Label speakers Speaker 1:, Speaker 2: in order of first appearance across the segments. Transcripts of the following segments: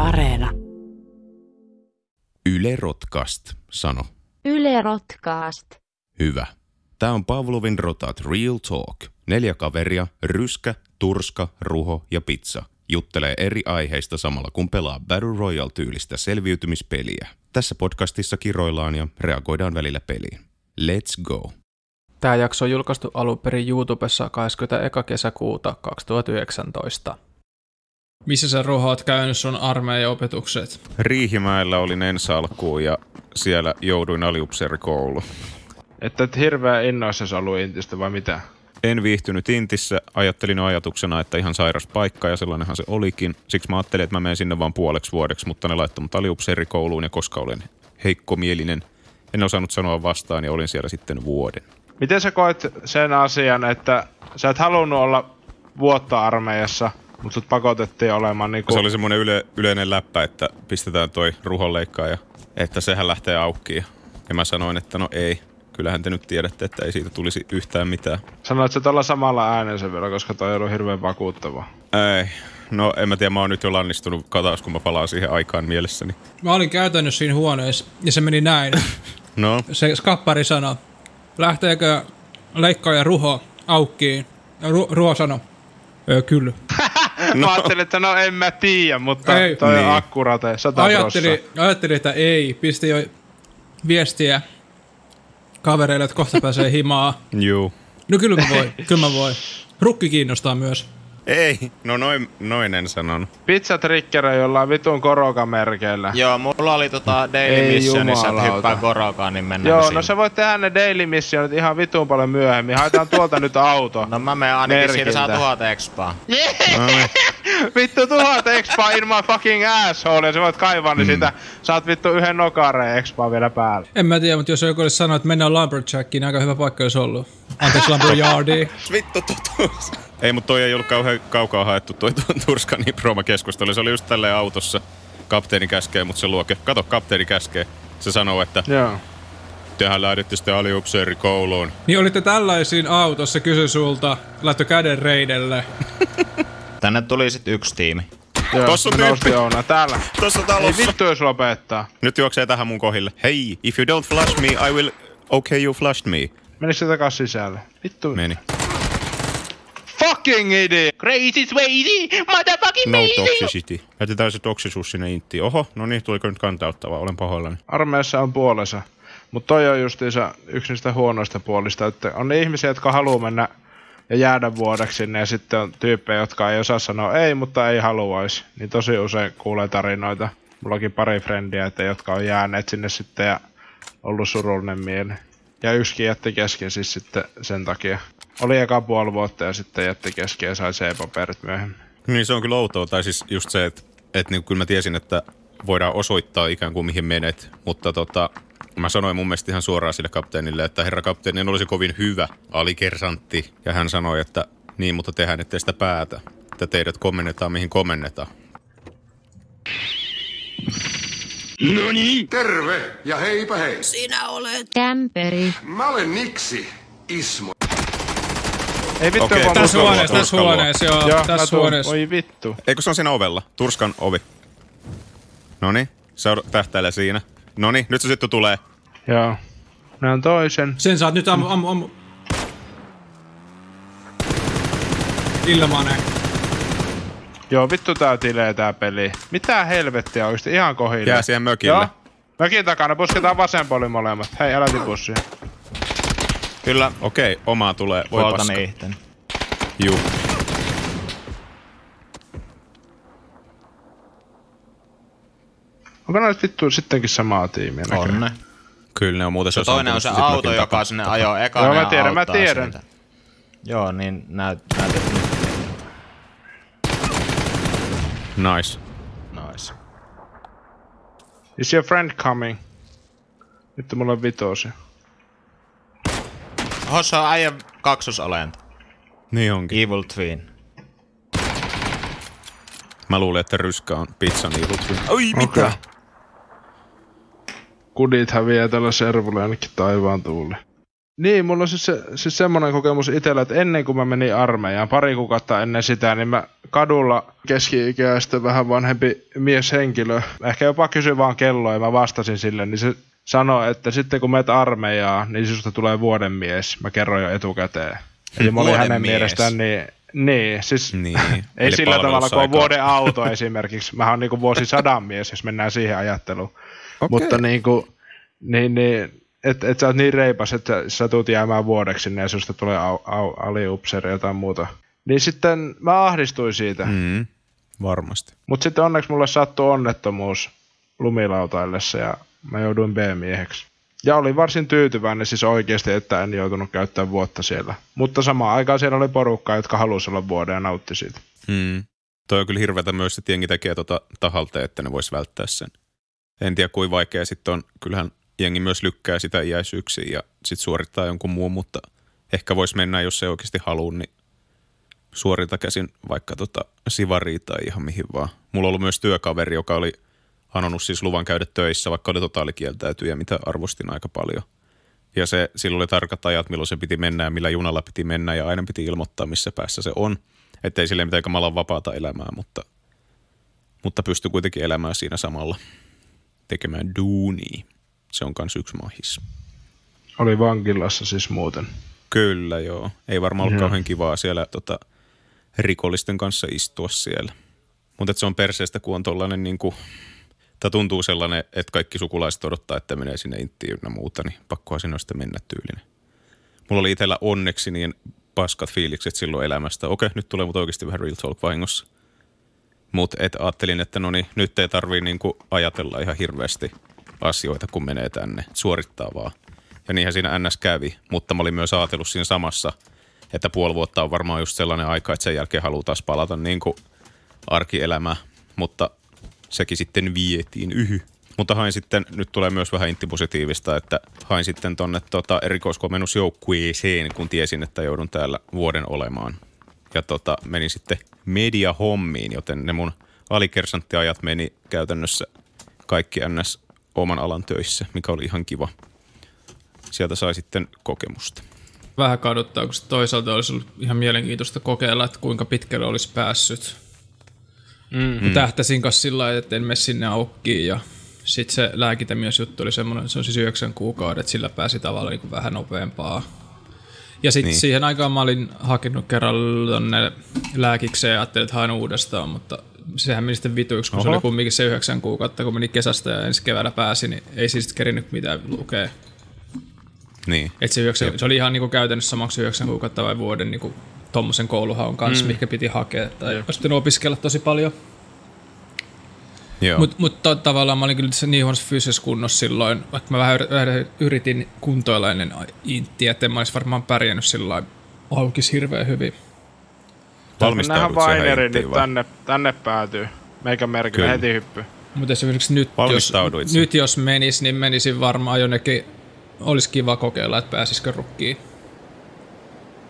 Speaker 1: Areena.
Speaker 2: Yle Rotkast, sano.
Speaker 3: Yle Rotkaast.
Speaker 2: Hyvä. Tämä on Pavlovin Rotat Real Talk. Neljä kaveria, ryskä, turska, ruho ja pizza, juttelee eri aiheista samalla kun pelaa Battle Royale-tyylistä selviytymispeliä. Tässä podcastissa kiroillaan ja reagoidaan välillä peliin. Let's go.
Speaker 4: Tämä jakso on julkaistu alun perin YouTubessa 21. kesäkuuta 2019.
Speaker 5: Missä sä rohaat käynyt sun armeijaopetukset?
Speaker 2: Riihimäellä olin ensi alkuun ja siellä jouduin aliupseerikouluun.
Speaker 6: Että et hirveä innoissa ollut intistä vai mitä?
Speaker 2: En viihtynyt Intissä, ajattelin ajatuksena, että ihan sairas paikka ja sellainenhan se olikin. Siksi mä ajattelin, että mä menen sinne vain puoleksi vuodeksi, mutta ne laittoi mut aliupseerikouluun ja koska olen heikkomielinen, en osannut sanoa vastaan ja olin siellä sitten vuoden.
Speaker 6: Miten sä koet sen asian, että sä et halunnut olla vuotta armeijassa, mutta sut pakotettiin olemaan niinku...
Speaker 2: Se oli semmoinen yle, yleinen läppä, että pistetään toi ruhonleikkaaja, että sehän lähtee aukkiin. Ja mä sanoin, että no ei, kyllähän te nyt tiedätte, että ei siitä tulisi yhtään mitään.
Speaker 6: Sanoit sä tuolla samalla äänensä vielä, koska toi ei ollut hirveän vakuuttava.
Speaker 2: Ei, no en mä tiedä, mä oon nyt jo lannistunut kataus, kun mä palaan siihen aikaan mielessäni.
Speaker 5: Mä olin käytännössä siinä huoneessa ja se meni näin.
Speaker 2: No,
Speaker 5: Se skappari sanoi, lähteekö leikkaaja ruho aukkiin? Ja Ru- ruho sanoi, öö, kyllä.
Speaker 6: No. Mä ajattelin, että no en mä tiedä, mutta
Speaker 5: Ei.
Speaker 6: ei, toi
Speaker 2: Niin.
Speaker 6: on akkurate, sata
Speaker 5: Ajattelin,
Speaker 6: prossaa.
Speaker 5: ajattelin, että ei. Pisti jo viestiä kavereille, että kohta pääsee himaa.
Speaker 2: juu.
Speaker 5: No kyllä mä voin, kyllä mä voin. Rukki kiinnostaa myös.
Speaker 2: Ei, no noin, noin en sanonut.
Speaker 6: Pizza triggerä jollain vitun korokamerkeillä.
Speaker 7: Joo, mulla oli tota Daily
Speaker 6: Ei
Speaker 7: Missionissa, että
Speaker 6: jumalauta.
Speaker 7: hyppää korokaan, niin mennään
Speaker 6: Joo,
Speaker 7: sinne.
Speaker 6: no sä voit tehdä ne daily missionit ihan vitun paljon myöhemmin. Haetaan tuolta nyt auto.
Speaker 7: No mä menen ainakin,
Speaker 6: Merkintä.
Speaker 7: siitä saa tuhat expaa.
Speaker 6: Vittu tuhat expaa in my fucking asshole, ja sä voit kaivaa niin sitä. Saat vittu yhden nokareen expaa vielä päälle.
Speaker 5: En mä tiedä, mutta jos joku olisi sanonut, että mennään Lumberjackiin, niin aika hyvä paikka olisi ollut. Anteeksi, Lumberyardiin.
Speaker 2: Vittu totuus. Ei, mutta toi ei ollut kauhean kaukaa haettu toi tuon Turskan niin keskustelu. Se oli just tälleen autossa. Kapteeni käskee, mutta se luoke. Kato, kapteeni käskee. Se sanoo, että
Speaker 6: Joo.
Speaker 2: tehän lähdette sitten aliupseerikouluun.
Speaker 5: Niin olitte tällaisiin autossa, kysy sulta, laittoi käden reidelle.
Speaker 7: Tänne tuli sit yksi tiimi.
Speaker 6: Joo,
Speaker 2: Tossa on
Speaker 6: me nousi
Speaker 2: tyyppi.
Speaker 6: Joona, täällä.
Speaker 2: Tuossa
Speaker 6: Ei
Speaker 2: talossa.
Speaker 6: vittu jos lopettaa.
Speaker 2: Nyt juoksee tähän mun kohille. Hei, if you don't flush me, I will... Okay, you flushed me.
Speaker 6: Menikö se takas sisälle? Vittu.
Speaker 2: Meni.
Speaker 6: Fucking idiot! Crazy swayzy! Motherfucking
Speaker 2: No toxicity. Jätetään se toksisuus sinne inttiin. Oho, no niin, tuliko nyt kantauttavaa? Olen pahoillani.
Speaker 6: Armeijassa on puolensa. Mut toi on justiinsa yksi niistä huonoista puolista, että on ne ihmisiä, jotka haluaa mennä ja jäädä vuodeksi sinne, ja sitten on tyyppejä, jotka ei osaa sanoa ei, mutta ei haluaisi. Niin tosi usein kuulee tarinoita. Mullakin pari frendiä, että jotka on jääneet sinne sitten ja ollut surullinen mieli. Ja yksikin jätti kesken siis sitten sen takia. Oli eka puoli vuotta ja sitten jätti kesken ja sai C-paperit myöhemmin.
Speaker 2: Niin se on kyllä outoa, tai siis just se, että, että niin kyllä mä tiesin, että voidaan osoittaa ikään kuin mihin menet, mutta tota, mä sanoin mun mielestä ihan suoraan sille kapteenille, että herra kapteeni en olisi kovin hyvä alikersantti, ja hän sanoi, että niin, mutta tehän ette sitä päätä, että teidät komennetaan mihin komennetaan.
Speaker 8: Terve ja heipä hei.
Speaker 3: Kämperi.
Speaker 8: Mä olen Niksi Ismo.
Speaker 6: Ei vittu,
Speaker 2: Okei,
Speaker 6: okay,
Speaker 5: Tässä
Speaker 2: Turska
Speaker 5: huoneessa,
Speaker 2: luo,
Speaker 5: tässä
Speaker 2: Turska
Speaker 5: huoneessa, joo,
Speaker 6: Joo, mä
Speaker 5: tässä
Speaker 6: tuun.
Speaker 5: huoneessa.
Speaker 6: Oi vittu.
Speaker 2: Eikö se on siinä ovella? Turskan ovi. Noni, seura- tähtäillä siinä. Noni, nyt se sitten tulee.
Speaker 6: Joo. Näen toisen.
Speaker 5: Sen saat nyt ammu, ammu, ammu. Ilmanen.
Speaker 6: Joo, vittu tää tilee tää peli. Mitä helvettiä oikeesti, ihan kohille.
Speaker 2: Jää siihen mökille.
Speaker 6: Joo. Mökin takana, pusketaan vasen puoli molemmat. Hei, älä tipu siihen.
Speaker 2: Kyllä. Okei, omaa tulee. Voi
Speaker 7: Puolta
Speaker 2: paska.
Speaker 7: niihten.
Speaker 2: Juu.
Speaker 6: Onko ne nyt vittu sittenkin samaa tiimiä näköjään?
Speaker 7: Onne.
Speaker 2: Kyllä ne on muuten se,
Speaker 7: Se toinen on se
Speaker 2: ampunut sit
Speaker 7: auto,
Speaker 2: mökin takaa.
Speaker 7: joka sinne ajoo eka.
Speaker 6: Joo, mä tiedän, mä tiedän.
Speaker 7: Joo, niin näyt, näytät nyt.
Speaker 2: Nice.
Speaker 7: Nois.
Speaker 6: Is your friend coming? Vittu, mulla on vitosi.
Speaker 7: Hossa on äijän kaksosolento.
Speaker 2: Niin onkin.
Speaker 7: Evil Twin.
Speaker 2: Mä luulin, että ryskä on pizzan ilutry. Oi, mitä? Okay.
Speaker 6: Kudit häviää tällä servulla jonnekin taivaan tuulle. Niin, mulla on siis, se, siis semmoinen kokemus itsellä, että ennen kuin mä menin armeijaan, pari kuukautta ennen sitä, niin mä kadulla keski-ikäistä vähän vanhempi mieshenkilö, ehkä jopa kysyi vaan kelloa ja mä vastasin sille, niin se sanoi, että sitten kun meet armeijaan, niin sisusta tulee vuoden mies. Mä kerroin jo etukäteen. Eli mä olin
Speaker 7: Vuoden
Speaker 6: hänen
Speaker 7: mies.
Speaker 6: mielestään niin, niin, siis
Speaker 2: Niin,
Speaker 6: ei
Speaker 2: eli
Speaker 6: sillä tavalla kuin on
Speaker 2: palvelusaikaa.
Speaker 6: vuoden auto esimerkiksi. Mä oon niinku vuosisadan mies, jos mennään siihen ajatteluun. Okay. Mutta niinku, niin, niin, et, et sä oot niin reipas, että sä tulet jäämään vuodeksi sinne ja susta tulee au, au, aliupseeri ja jotain muuta. Niin sitten mä ahdistuin siitä. Mm.
Speaker 2: Mm, varmasti.
Speaker 6: Mutta sitten onneksi mulle sattui onnettomuus lumilautaillessa ja mä jouduin B-mieheksi. Ja olin varsin tyytyväinen siis oikeasti, että en joutunut käyttämään vuotta siellä. Mutta samaan aikaan siellä oli porukkaa, jotka halusi olla vuoden ja nautti siitä.
Speaker 2: Mm. Toi on kyllä hirveätä myös, että jengi tekee tota tahalta, että ne vois välttää sen. En tiedä, kuinka vaikea sitten on. Kyllähän jengi myös lykkää sitä iäisyyksiin ja sitten suorittaa jonkun muun, mutta ehkä voisi mennä, jos ei oikeasti halua, niin suorilta käsin vaikka tota sivaria tai ihan mihin vaan. Mulla on ollut myös työkaveri, joka oli anonut siis luvan käydä töissä, vaikka oli totaalikieltäytyjä, mitä arvostin aika paljon. Ja se, sillä oli tarkat ajat, milloin se piti mennä ja millä junalla piti mennä ja aina piti ilmoittaa, missä päässä se on. Että ei sille mitään kamalan vapaata elämää, mutta, mutta pystyy kuitenkin elämään siinä samalla tekemään duunia. Se on kans yksi mahis.
Speaker 6: Oli vankilassa siis muuten.
Speaker 2: Kyllä joo. Ei varmaan ollut
Speaker 6: Joo.
Speaker 2: kauhean kivaa siellä tota, rikollisten kanssa istua siellä. Mutta se on perseestä, kun on tollainen niinku, tai tuntuu sellainen, että kaikki sukulaiset odottaa, että menee sinne inttiin ynnä muuta, niin pakkohan sinne on sitten mennä tyylinen. Mulla oli itsellä onneksi niin paskat fiilikset silloin elämästä. Okei, nyt tulee mut oikeasti vähän real talk vahingossa. Mutta et ajattelin, että no niin, nyt ei tarvii niinku ajatella ihan hirveästi asioita, kun menee tänne. Suorittaa vaan. Ja niinhän siinä NS kävi, mutta mä olin myös ajatellut siinä samassa, että puoli vuotta on varmaan just sellainen aika, että sen jälkeen haluaa taas palata niin kuin arkielämään, mutta sekin sitten vietiin yhy. Mutta hain sitten, nyt tulee myös vähän intipositiivista, että hain sitten tonne tota, erikoiskomennusjoukkueeseen, kun tiesin, että joudun täällä vuoden olemaan. Ja tota, menin sitten mediahommiin, joten ne mun alikersantti-ajat meni käytännössä kaikki NS oman alan töissä, mikä oli ihan kiva sieltä sai sitten kokemusta.
Speaker 5: Vähän kaduttaa, kun sit toisaalta olisi ollut ihan mielenkiintoista kokeilla, että kuinka pitkälle olisi päässyt. Mm. Tähtäsin kanssa sillä lailla, että en mene sinne aukkiin ja sitten se lääkitemiesjuttu oli semmoinen, se on siis yhdeksän kuukaudet, sillä pääsi tavallaan niin kuin vähän nopeampaa. Ja sitten niin. siihen aikaan mä olin hakenut kerran tonne lääkikseen ja ajattelin, että haen uudestaan, mutta sehän meni sitten vituiksi, kun Oho. se oli kumminkin se yhdeksän kuukautta, kun meni kesästä ja ensi keväällä pääsi, niin ei siis kerinyt mitään lukea.
Speaker 2: Niin.
Speaker 5: Et se, yhdeksän, se oli ihan niinku käytännössä samaksi yhdeksän kuukautta vai vuoden niinku tommosen kouluhaun kanssa, mm. mikä piti hakea. Tai olisi pitänyt opiskella tosi paljon.
Speaker 2: Joo. Mut,
Speaker 5: Mutta mut to, tavallaan mä olin kyllä se niin huonossa fyysisessä kunnossa silloin, vaikka mä vähän yri- vähän yritin kuntoilla ennen inttiä, että en mä olisi varmaan pärjännyt sillä aukis hirveän hyvin.
Speaker 2: Valmistaudut
Speaker 6: Mennään
Speaker 2: siihen
Speaker 6: Vaineri
Speaker 2: inttiin
Speaker 6: nyt
Speaker 2: vai?
Speaker 6: tänne, tänne päätyy. Meikä merkki
Speaker 2: Kyllä.
Speaker 6: heti hyppy.
Speaker 5: Mutta esimerkiksi nyt jos,
Speaker 2: Valmistauduit siihen.
Speaker 5: nyt jos menis, niin menisin varmaan jonnekin, olisi kiva kokeilla, että pääsisikö rukkiin.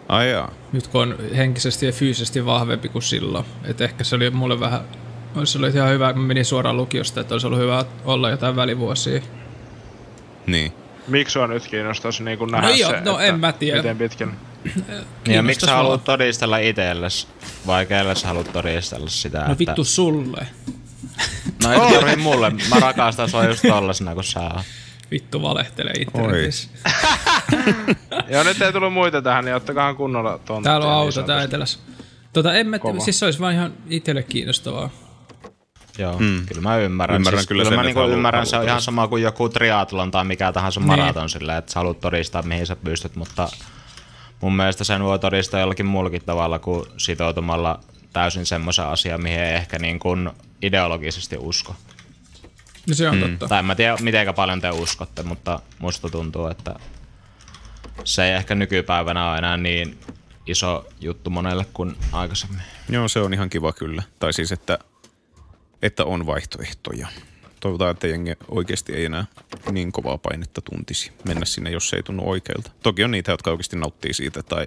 Speaker 2: Ai jaa.
Speaker 5: nyt kun on henkisesti ja fyysisesti vahvempi kuin silloin. Et ehkä se oli mulle vähän, olisi ollut ihan hyvä, kun menin suoraan lukiosta, että olisi ollut hyvä olla jotain välivuosia.
Speaker 2: Niin.
Speaker 6: Miksi sua nyt kiinnostaisi niin nähdä
Speaker 5: No joo,
Speaker 6: se,
Speaker 5: no
Speaker 6: että
Speaker 5: en mä tiedä.
Speaker 6: Miten pitkän?
Speaker 7: Niin, ja miksi
Speaker 5: Kiinnostas
Speaker 7: sä
Speaker 5: mua.
Speaker 7: haluat todistella itelles? Vai kelle sä haluat todistella sitä?
Speaker 5: No vittu sulle.
Speaker 7: Että... No ei tarvi mulle. Mä rakastan sua just tollasena, kun sä oot.
Speaker 5: Vittu valehtelee internetissä.
Speaker 6: Joo, nyt ei tullut muita tähän, niin ottakahan kunnolla tonttia.
Speaker 5: Täällä on
Speaker 6: niin
Speaker 5: auto,
Speaker 6: sanotusti.
Speaker 5: tää etelässä. Tota, en mä,
Speaker 6: Kova.
Speaker 5: siis se olisi vaan ihan itselle kiinnostavaa.
Speaker 7: Joo, mm. kyllä mä ymmärrän.
Speaker 2: Ymmärrän
Speaker 7: siis,
Speaker 2: kyllä sen,
Speaker 7: mä
Speaker 2: että
Speaker 7: niinku
Speaker 2: haluat-
Speaker 7: ymmärrän,
Speaker 2: haluat
Speaker 7: se on ihan
Speaker 2: todistaa.
Speaker 7: sama kuin joku triatlon tai mikä tahansa
Speaker 5: Niin.
Speaker 7: maraton sillä, että sä haluat todistaa mihin sä pystyt, mutta mun mielestä sen voi todistaa jollakin muullakin tavalla kuin sitoutumalla täysin semmoisen asiaan, mihin ei ehkä niin kuin ideologisesti usko.
Speaker 5: No se on mm. totta.
Speaker 7: Tai en mä tiedä, miten paljon te uskotte, mutta musta tuntuu, että se ei ehkä nykypäivänä ole enää niin iso juttu monelle kuin aikaisemmin.
Speaker 2: Joo, se on ihan kiva kyllä. Tai siis, että, että on vaihtoehtoja. Toivotaan, että jengi oikeasti ei enää niin kovaa painetta tuntisi mennä sinne, jos se ei tunnu oikealta. Toki on niitä, jotka oikeasti nauttii siitä tai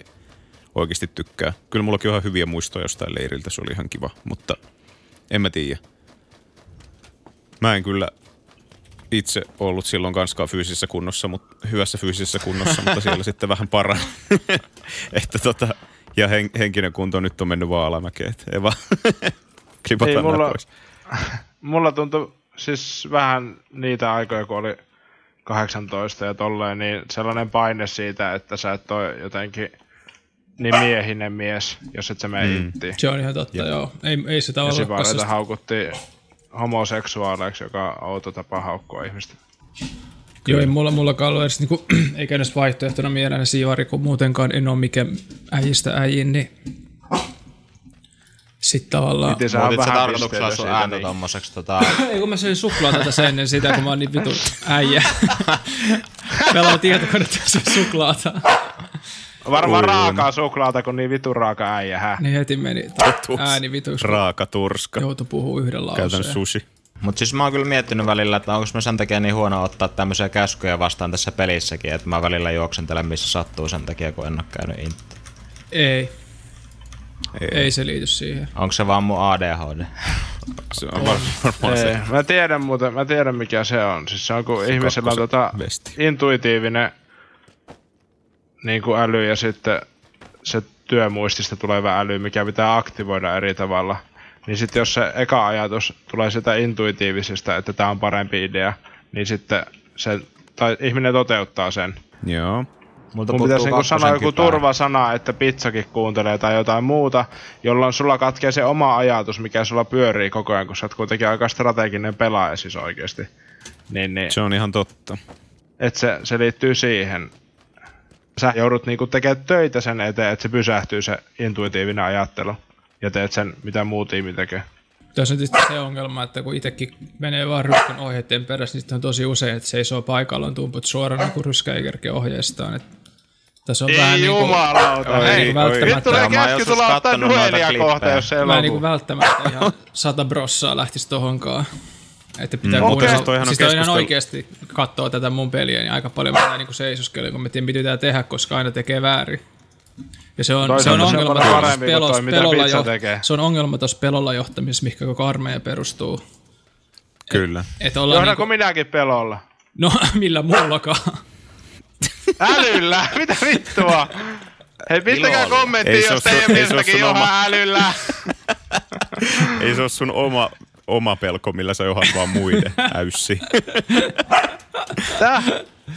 Speaker 2: oikeasti tykkää. Kyllä mullakin on ihan hyviä muistoja jostain leiriltä, se oli ihan kiva, mutta en mä tiedä. Mä en kyllä itse ollut silloin kanskaan fyysisessä kunnossa, mutta hyvässä fyysisessä kunnossa, mutta siellä sitten vähän parani. että tota, ja hen, henkinen kunto nyt on mennyt vaan alamäkeen. et Ei vaan
Speaker 6: Ei,
Speaker 2: klipataan nää
Speaker 6: mulla-
Speaker 2: pois.
Speaker 6: Mulla tuntui siis vähän niitä aikoja, kun oli 18 ja tolleen, niin sellainen paine siitä, että sä et ole jotenkin niin miehinen mies, jos et sä mene mm. ittiin.
Speaker 5: Se on ihan totta, joo. Ei, ei sitä
Speaker 6: Ja
Speaker 5: ole
Speaker 6: sipareita
Speaker 5: kassasta.
Speaker 6: haukuttiin homoseksuaaleiksi, joka on outo tapa haukkua ihmistä.
Speaker 5: Joo, ei Niin, mulla, mullakaan ollut edes, niinku, eikä edes vaihtoehtona mieleen siivari, kun muutenkaan en ole mikään äijistä äijin, niin sitten tavallaan...
Speaker 6: Niin sä
Speaker 7: Muutit sä
Speaker 6: vähän
Speaker 7: tarkoituksella
Speaker 6: pisteitä
Speaker 7: sun
Speaker 6: siitä,
Speaker 7: ääntä
Speaker 6: niin-
Speaker 7: tommoseksi tota...
Speaker 5: Ei kun mä söin suklaata tässä ennen sitä, kun mä oon niin vitu äijä. Meillä on tietokone tässä suklaata.
Speaker 6: niin Varmaan raakaa suklaata, kun niin vitun raaka äijä, hä?
Speaker 5: Niin heti meni ääni vituksi, kun
Speaker 2: Raaka turska.
Speaker 5: joutui puhua yhden
Speaker 2: Käytän
Speaker 5: lauseen.
Speaker 2: sushi.
Speaker 7: Mut siis mä oon kyllä miettinyt välillä, että onko mä sen takia niin huono ottaa tämmöisiä käskyjä vastaan tässä pelissäkin, että mä välillä juoksentelen missä sattuu sen takia, kun en oo käynyt intti.
Speaker 5: Ei. ei. Ei se liity siihen.
Speaker 7: Onko se vaan mun ADHD?
Speaker 2: Se on var- varmaan se.
Speaker 6: Ei, mä tiedän muuten, mä tiedän mikä se on. Siis se on kun ihmisellä
Speaker 2: kakkosen
Speaker 6: on tota
Speaker 2: besti.
Speaker 6: intuitiivinen niin kuin äly ja sitten se työmuistista tuleva äly, mikä pitää aktivoida eri tavalla. Niin sitten jos se eka ajatus tulee sitä intuitiivisesta, että tämä on parempi idea, niin sitten se, tai ihminen toteuttaa sen.
Speaker 2: Joo.
Speaker 7: Multa
Speaker 6: Mun
Speaker 7: puuttuu
Speaker 6: pitäisi niinku sanoa
Speaker 7: kakkosen
Speaker 6: joku
Speaker 7: kypärä.
Speaker 6: turvasana, että pizzakin kuuntelee tai jotain muuta, jolloin sulla katkee se oma ajatus, mikä sulla pyörii koko ajan, kun sä oot kuitenkin aika strateginen pelaaja siis oikeesti. Niin, niin.
Speaker 2: Se on ihan totta.
Speaker 6: Et se, se liittyy siihen. Sä joudut niinku tekemään töitä sen eteen, että se pysähtyy se intuitiivinen ajattelu. Ja teet sen, mitä muu tiimi tekee.
Speaker 5: Tässä on tietysti se ongelma, että kun itsekin menee vaan ryskän ohjeiden perässä, niin sitten on tosi usein, että seisoo paikallaan tumput suorana, kun ryskä ei kerkeä ohjeistaan. Että tässä on vähän niin kuin,
Speaker 6: jumalauta,
Speaker 5: ei, niinku välttämättä.
Speaker 6: Nyt tulee
Speaker 7: Mä oon
Speaker 6: käsky
Speaker 7: joskus
Speaker 6: tulla ottaa
Speaker 7: kattonut noita
Speaker 6: duelia
Speaker 7: klippejä.
Speaker 6: kohta, jos se ei
Speaker 5: mä en
Speaker 6: lopu.
Speaker 5: niinku välttämättä ihan sata brossaa lähtisi tohonkaan. Että pitää
Speaker 2: Okei.
Speaker 5: mm, kuunnella.
Speaker 2: Siis toihan on
Speaker 5: Siis toi ihan
Speaker 2: keskustelu-
Speaker 5: oikeasti katsoo tätä mun peliä, niin aika paljon pitää niinku seisoskella, kun mä tiedän, mitä pitää tehdä, koska aina tekee väärin. Ja se on, se on
Speaker 6: Toisaalta se on
Speaker 5: ongelma
Speaker 6: paljon
Speaker 5: tuossa
Speaker 6: parempi kuin toi, mitä
Speaker 5: pelolla,
Speaker 6: pizza
Speaker 5: jo,
Speaker 6: tekee.
Speaker 5: se on ongelma tuossa pelolla johtamisessa, mihin koko armeija perustuu.
Speaker 2: Kyllä.
Speaker 5: Et ollaan
Speaker 6: Johdanko
Speaker 5: niinku,
Speaker 6: minäkin pelolla?
Speaker 5: no millä muullakaan.
Speaker 6: Älyllä? Mitä vittua? Hei, pistäkää
Speaker 7: Ilolla.
Speaker 2: Ei
Speaker 6: kommenttiin,
Speaker 2: se
Speaker 6: jos
Speaker 2: oo
Speaker 6: teidän
Speaker 2: sun- ei se oo
Speaker 6: mielestäkin
Speaker 2: sun
Speaker 6: johan
Speaker 2: oma.
Speaker 6: älyllä.
Speaker 2: Ei se ole sun oma, oma pelko, millä sä johan vaan muiden äyssi.
Speaker 6: Tää,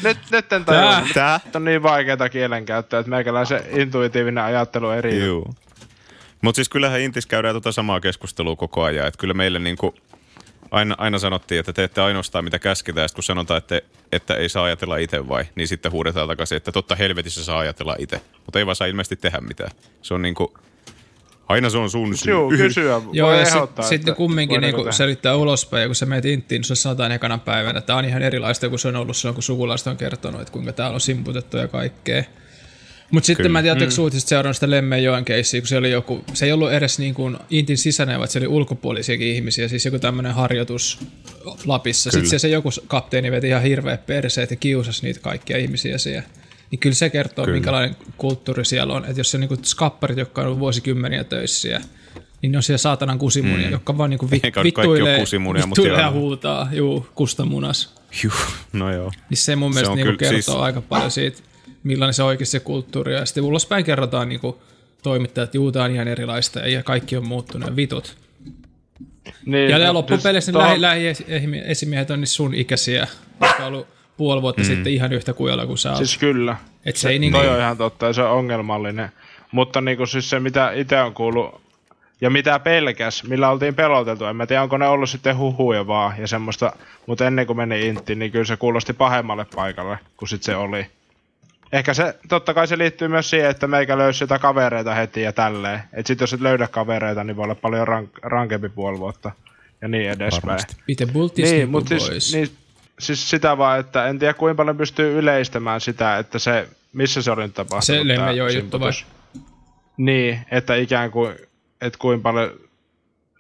Speaker 6: nyt, nyt en tajua. Nyt
Speaker 2: Tää?
Speaker 6: on niin vaikeeta kielenkäyttöä, että meikäläisen intuitiivinen ajattelu eri.
Speaker 2: Juu. Mutta siis kyllähän Intis käydään tota samaa keskustelua koko ajan. Et kyllä meille niinku aina, aina sanottiin, että teette ainoastaan mitä käsketään. Ja sit kun sanotaan, että, että ei saa ajatella itse vai, niin sitten huudetaan takaisin, että totta helvetissä saa ajatella itse. Mutta ei vaan saa ilmeisesti tehdä mitään. Se on niinku, aina se on sun syy.
Speaker 6: Juu, kysyä.
Speaker 5: Joo,
Speaker 6: voi
Speaker 5: ja
Speaker 6: ehdottaa,
Speaker 5: sitten sit ne
Speaker 6: että
Speaker 5: kumminkin
Speaker 6: voidaanko
Speaker 5: niinku
Speaker 6: tehdä.
Speaker 5: selittää ulospäin, ja kun sä meet inttiin, niin sulle sanotaan ekana päivänä, että tämä on ihan erilaista kuin se on ollut silloin, kun sukulaiset on kertonut, että kuinka täällä on simputettu ja kaikkea. Mutta sitten mä en tiedä, mm. uutista seurannut sitä Lemmenjoen keissiä, kun se oli joku, se ei ollut edes niin kuin Intin sisäinen, vaan se oli ulkopuolisiakin ihmisiä, siis joku tämmöinen harjoitus Lapissa. Sitten se, se joku kapteeni veti ihan hirveä perseet ja kiusasi niitä kaikkia ihmisiä siellä. Niin kyllä se kertoo, kyllä. minkälainen kulttuuri siellä on. Että jos se on niinku skapparit, jotka on ollut vuosikymmeniä töissä siellä, niin ne on siellä saatanan kusimunia, mm. jotka vaan niinku vi,
Speaker 2: Eikä kaikki ole
Speaker 5: vittuilee,
Speaker 2: kusimunia, mutta
Speaker 5: vittuilee ja
Speaker 2: joo.
Speaker 5: huutaa, juu, kustamunas.
Speaker 2: Juu, no joo.
Speaker 5: Niin se mun mielestä
Speaker 2: on
Speaker 5: niinku
Speaker 2: kyllä-
Speaker 5: kertoo
Speaker 2: siis-
Speaker 5: siis... aika paljon siitä, millainen se oikeasti se kulttuuri on. Ja sitten ulospäin kerrotaan niinku toimittajat, että juutaan ihan erilaista ja kaikki on muuttunut ja vitut.
Speaker 6: Niin,
Speaker 5: Ja
Speaker 6: nyt-
Speaker 5: ne
Speaker 6: nyt
Speaker 5: loppupeleissä ne
Speaker 6: tohon-
Speaker 5: lähi, lähiesimiehet on niin sun ikäisiä, jotka on ollut puoli vuotta mm. sitten ihan yhtä kujalla kuin sä oot. Siis,
Speaker 6: Siis kyllä.
Speaker 5: Et se ei niinku,
Speaker 6: Toi on ihan totta ja se on ongelmallinen. Mutta niinku siis se, mitä itse on kuullut ja mitä pelkäs, millä oltiin peloteltu. En mä tiedä, onko ne ollut sitten huhuja vaan ja semmoista. Mutta ennen kuin meni intiin, niin kyllä se kuulosti pahemmalle paikalle kuin sit se oli. Ehkä se, totta kai se liittyy myös siihen, että meikä löysi sitä kavereita heti ja tälleen. Et sit jos et löydä kavereita, niin voi olla paljon rank- rankempi puoli vuotta ja niin edespäin.
Speaker 5: miten bultis
Speaker 6: Niin, mutta
Speaker 5: pois.
Speaker 6: siis, niin, siis sitä vaan, että en tiedä kuinka paljon pystyy yleistämään sitä, että se, missä se oli nyt tapahtunut.
Speaker 5: Se
Speaker 6: tää
Speaker 5: Lemmenjoen juttu
Speaker 6: simputus. Niin, että ikään kuin, että kuinka paljon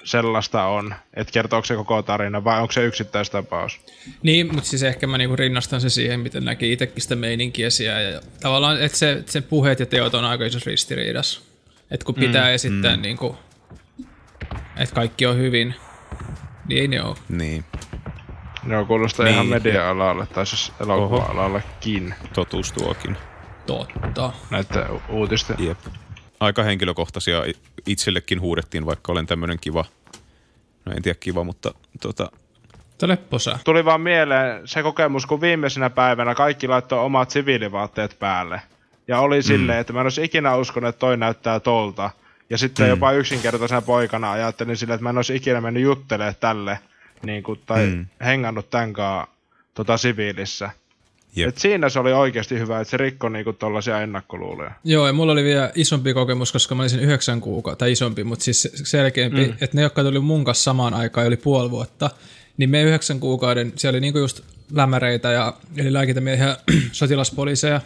Speaker 6: sellaista on, että kertooko se koko tarina vai onko se yksittäistapaus.
Speaker 5: Niin, mutta siis ehkä mä niinku rinnastan se siihen, miten näki itsekin sitä meininkiä siellä. Ja tavallaan, että se, se puheet ja teot on aika isossa ristiriidassa. Että kun pitää mm, esittää mm. niinku, että kaikki on hyvin, niin ei ne ole.
Speaker 2: Niin.
Speaker 6: Joo, kuulostaa
Speaker 2: Niin.
Speaker 6: niin. ihan media-alalle tai siis elokuva-alallekin
Speaker 2: totuustuokin.
Speaker 5: Totta.
Speaker 6: näitä u- uutisten.
Speaker 2: Jep. Aika henkilökohtaisia i- itsellekin huudettiin, vaikka olen tämmöinen kiva. No en tiedä kiva, mutta tota,
Speaker 5: Tämä lepposä.
Speaker 6: Tuli vaan mieleen se kokemus, kun viimeisenä päivänä kaikki laittoi omat siviilivaatteet päälle. Ja
Speaker 2: Mm.
Speaker 6: oli silleen, että mä en olisi ikinä uskonut, että toi näyttää tolta. Ja sitten mm. jopa yksinkertaisena poikana ajattelin silleen, että mä en olisi ikinä mennyt juttelemaan tälle. Niin kuin, tai mm. hengannut tämän kanssa tota, siviilissä.
Speaker 2: Jep.
Speaker 6: Et siinä se oli oikeasti hyvä, että se rikkoi niinku tollasia ennakkoluuloja.
Speaker 5: Joo, ja mulla oli vielä isompi kokemus, koska mä olin siinä yhdeksän kuukautta, tai isompi, mutta siis selkeämpi, mm. että ne, jotka tuli mun kanssa samaan aikaan, oli puoli vuotta, niin me yhdeksän kuukauden, siellä oli niinku just lämäreitä ja eli lääkintämiehiä, sotilaspoliiseja,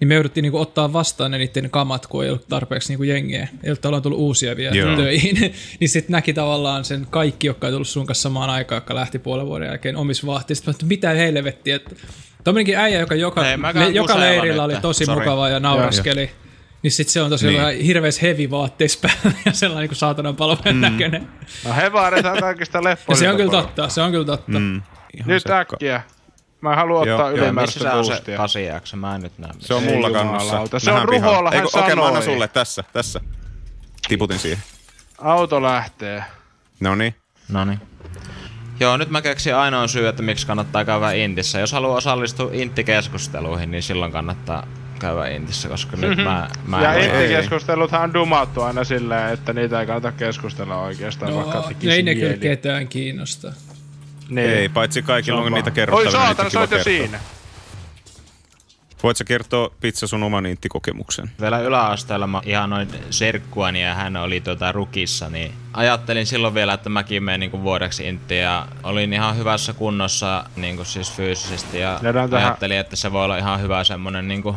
Speaker 5: niin me jouduttiin niinku ottaa vastaan ne niiden kamat, kun ei ollut tarpeeksi niinku jengiä. Ei ollut ollaan tullut uusia vielä
Speaker 2: Joo.
Speaker 5: Joo. töihin. niin sitten näki tavallaan sen kaikki, jotka ei tullut sun kanssa samaan aikaan, jotka lähti puolen vuoden jälkeen omissa vahtista. Mitä helvettiä. että Tuommoinenkin äijä, joka joka,
Speaker 7: Ei,
Speaker 5: Hei,
Speaker 7: mäkään
Speaker 5: le, joka
Speaker 7: kuseella
Speaker 5: leirillä
Speaker 7: nyt.
Speaker 5: oli tosi
Speaker 7: Sori.
Speaker 5: Sorry. mukavaa ja nauraskeli. Niin sit se on tosiaan
Speaker 2: Niin.
Speaker 5: niin. hirveäs heavy vaatteissa päällä ja sellainen kuin saatanan palveen mm. näköinen.
Speaker 6: No hevaaret on kaikista
Speaker 5: Ja
Speaker 6: leppoisilta
Speaker 5: se on kyllä
Speaker 6: porukka.
Speaker 5: totta, se on kyllä totta. Mm.
Speaker 2: ihan
Speaker 6: Nyt
Speaker 2: sekka.
Speaker 6: äkkiä. Mä haluan
Speaker 2: Joo,
Speaker 6: ottaa
Speaker 2: joo.
Speaker 7: Missä
Speaker 6: ylimääräistä
Speaker 7: se on se
Speaker 6: boostia.
Speaker 7: 8 Mä en nyt näe.
Speaker 2: Se on
Speaker 6: Ei
Speaker 2: mulla
Speaker 6: jumalauta,
Speaker 2: kannossa.
Speaker 6: se on
Speaker 2: Nähdään pihalla.
Speaker 6: ruholla, hän
Speaker 2: Eikö- Okei, mä annan
Speaker 6: sanoi.
Speaker 2: sulle tässä, tässä. Tiputin siihen.
Speaker 6: Auto lähtee.
Speaker 2: No niin.
Speaker 7: No niin. Joo, nyt mä keksin ainoan syy, että miksi kannattaa käydä Intissä. Jos haluaa osallistua Intti-keskusteluihin, niin silloin kannattaa käydä Intissä, koska nyt mä, mä
Speaker 6: ja
Speaker 7: en ole-
Speaker 6: intikeskusteluthan on dumattu aina silleen, että niitä ei kannata keskustella oikeastaan, vaikka
Speaker 5: No,
Speaker 6: tekisi
Speaker 5: ei ne
Speaker 6: mieli.
Speaker 5: kyllä ketään kiinnosta.
Speaker 6: Niin.
Speaker 2: Ei, paitsi kaikilla on niitä kerrottavia. niitä
Speaker 6: Oi saatana,
Speaker 2: on
Speaker 6: sä oot
Speaker 2: kiva
Speaker 6: jo
Speaker 2: kertoa.
Speaker 6: siinä.
Speaker 2: Voit sä kertoa Pizza sun oman inttikokemuksen?
Speaker 7: Vielä yläasteella mä ihanoin serkkuani ja hän oli tota rukissa, niin ajattelin silloin vielä, että mäkin menen niinku vuodeksi Inttiin ja olin ihan hyvässä kunnossa niinku siis fyysisesti ja
Speaker 6: Jäädään tähän-
Speaker 7: ajattelin, että se voi olla ihan hyvä semmonen niinku,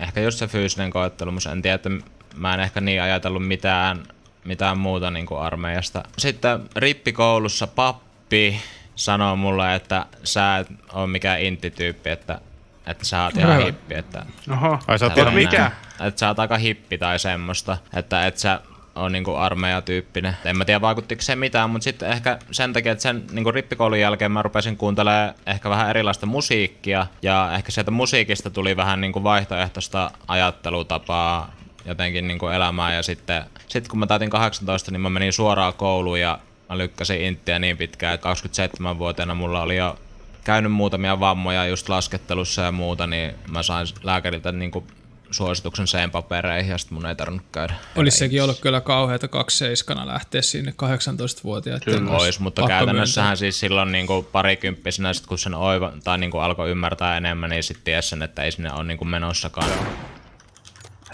Speaker 7: ehkä just se fyysinen koettelu, mutta en tiedä, että mä en ehkä niin ajatellut mitään, mitään muuta niinku armeijasta. Sitten rippikoulussa pappi sanoi mulle, että sä et oo mikään inttityyppi, että, että sä oot ihan
Speaker 5: Aivan.
Speaker 7: hippi, että
Speaker 6: Oho.
Speaker 2: Ai sä oot
Speaker 7: Tällä
Speaker 2: ihan
Speaker 6: Tiedä mikä?
Speaker 7: näin. Et sä oot aika hippi tai semmoista, että et sä on niinku armeijatyyppinen. En mä tiedä vaikuttiko se mitään, mutta sitten ehkä sen takia, että sen niinku rippikoulun jälkeen mä rupesin kuuntelemaan ehkä vähän erilaista musiikkia. Ja ehkä sieltä musiikista tuli vähän niinku vaihtoehtoista ajattelutapaa jotenkin niinku elämään. Ja sitten sit kun mä täytin 18, niin mä menin suoraan kouluun ja mä lykkäsin inttiä niin pitkään, että 27-vuotiaana mulla oli jo käynyt muutamia vammoja just laskettelussa ja muuta, niin mä sain lääkäriltä niinku suosituksen sen papereihin ja sitten mun ei tarvinnut käydä.
Speaker 5: Olisi sekin ollut kyllä kauheata 27 lähteä sinne 18-vuotiaiden
Speaker 7: Kyllä
Speaker 5: kanssa.
Speaker 7: Ois, mutta
Speaker 5: Pakko
Speaker 7: käytännössähän siis silloin niinku parikymppisenä, sit kun sen oiva, tai niinku alkoi ymmärtää enemmän, niin sitten tiesi sen, että ei sinne ole niinku menossakaan.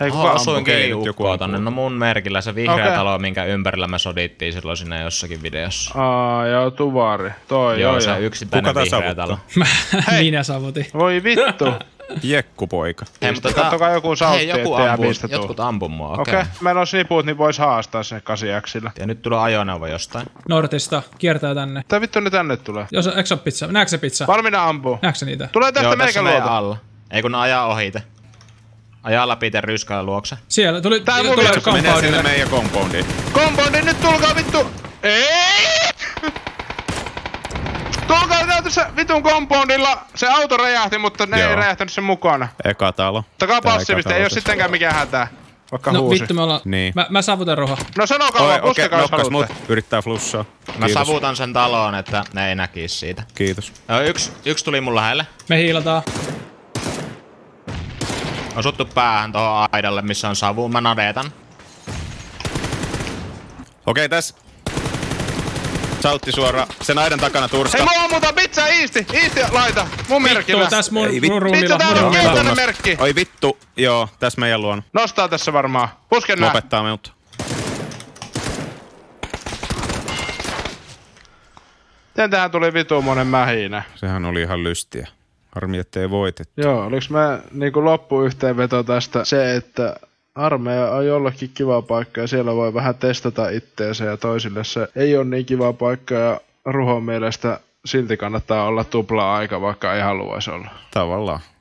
Speaker 6: Hei,
Speaker 7: Oh,
Speaker 6: kuka
Speaker 7: asuin
Speaker 6: ampui?
Speaker 2: Okei, nyt joku
Speaker 7: ukkoa
Speaker 2: ampuu.
Speaker 7: tonne. No mun merkillä se vihreä
Speaker 6: Okei.
Speaker 7: talo, minkä ympärillä me sodittiin silloin siinä jossakin videossa.
Speaker 6: Aa, joo, tuvari. Toi,
Speaker 7: joo,
Speaker 6: joo,
Speaker 7: se
Speaker 6: joo.
Speaker 2: Kuka
Speaker 7: yksittäinen
Speaker 2: tää
Speaker 7: vihreä
Speaker 2: savuttaa?
Speaker 7: talo.
Speaker 5: myöntää. Minä savutin.
Speaker 6: Voi vittu.
Speaker 2: Jekkupoika.
Speaker 7: Hei, mutta
Speaker 6: Kattokaa joku sautti,
Speaker 7: Hei, joku
Speaker 6: ettei jää
Speaker 7: ampuu,
Speaker 6: mistä tuu.
Speaker 7: jotkut ampuu mua, okei.
Speaker 6: Okei,
Speaker 7: Okay.
Speaker 6: okay. meillä on sniput, niin vois haastaa sinne kasiaksilla.
Speaker 7: Ja nyt tulee ajoneuvo jostain.
Speaker 5: Nortista, kiertää tänne.
Speaker 6: Mitä vittu ne tänne tulee?
Speaker 5: Jos eikö ole pizza? Näetkö se pizza?
Speaker 6: Valmiina ampuu.
Speaker 5: Näetkö se niitä?
Speaker 6: Tulee tästä
Speaker 7: tässä
Speaker 6: meikä
Speaker 7: meidän
Speaker 6: luota.
Speaker 7: alla. Ei kun ne ajaa ohite. Ajaa läpi te ryskää luokse.
Speaker 5: Siellä tuli,
Speaker 6: Tää mun
Speaker 5: tulee
Speaker 6: vittu, kun
Speaker 2: Menee sinne
Speaker 5: compoundille.
Speaker 2: meidän compoundiin.
Speaker 6: Kompoundi, niin nyt tulkaa vittu! Ei! Tulkaa tässä vitun kompoundilla! Se auto räjähti, mutta ne
Speaker 2: Joo.
Speaker 6: ei räjähtänyt sen mukana.
Speaker 2: Eka talo.
Speaker 6: Takaa
Speaker 2: Tää eka
Speaker 6: passiivista,
Speaker 2: talo
Speaker 6: ei oo
Speaker 2: se.
Speaker 6: sittenkään mikään hätää. Vaikka
Speaker 5: No
Speaker 6: huusi.
Speaker 5: vittu, me ollaan...
Speaker 2: Niin.
Speaker 5: Mä, mä savutan roha.
Speaker 6: No sanokaa
Speaker 2: Oi,
Speaker 6: vaan,
Speaker 2: okei,
Speaker 6: puskekaa jos
Speaker 2: nokkas mut.
Speaker 6: haluatte.
Speaker 2: Yrittää flussaa.
Speaker 7: Mä
Speaker 2: Kiitos.
Speaker 7: savutan sen taloon, että ne ei näkisi siitä.
Speaker 2: Kiitos.
Speaker 7: Ö, Yksi, yksi tuli mun lähelle.
Speaker 5: Me hiilataan.
Speaker 7: Osuttu päähän tohon aidalle, missä on savu. Mä nadeetan.
Speaker 2: Okei, tässä. Sautti suora. Sen aidan takana
Speaker 6: Hei,
Speaker 2: Turska.
Speaker 6: mua ammutaan pizza, Iisti! Iisti, laita! Mun
Speaker 5: Vittu,
Speaker 6: merkillä.
Speaker 5: tässä mun
Speaker 2: Ei vittu.
Speaker 5: mun ruumilla.
Speaker 6: Pizza, tää
Speaker 5: mun
Speaker 6: on
Speaker 5: ruumilla.
Speaker 6: keltainen merkki!
Speaker 2: Oi vittu. Joo, tässä meidän luona.
Speaker 6: Nostaa tässä varmaan. Puske nää.
Speaker 2: Lopettaa minut.
Speaker 6: Miten tähän tuli vitumonen mähinä?
Speaker 2: Sehän oli ihan lystiä. Harmi, ettei voitettu.
Speaker 6: Joo, oliks mä niinku loppuyhteenveto tästä se, että armeija on jollekin kiva paikka ja siellä voi vähän testata itteensä ja toisille se ei ole niin kiva paikka ja ruhon mielestä silti kannattaa olla tupla aika, vaikka ei haluaisi olla.
Speaker 2: Tavallaan.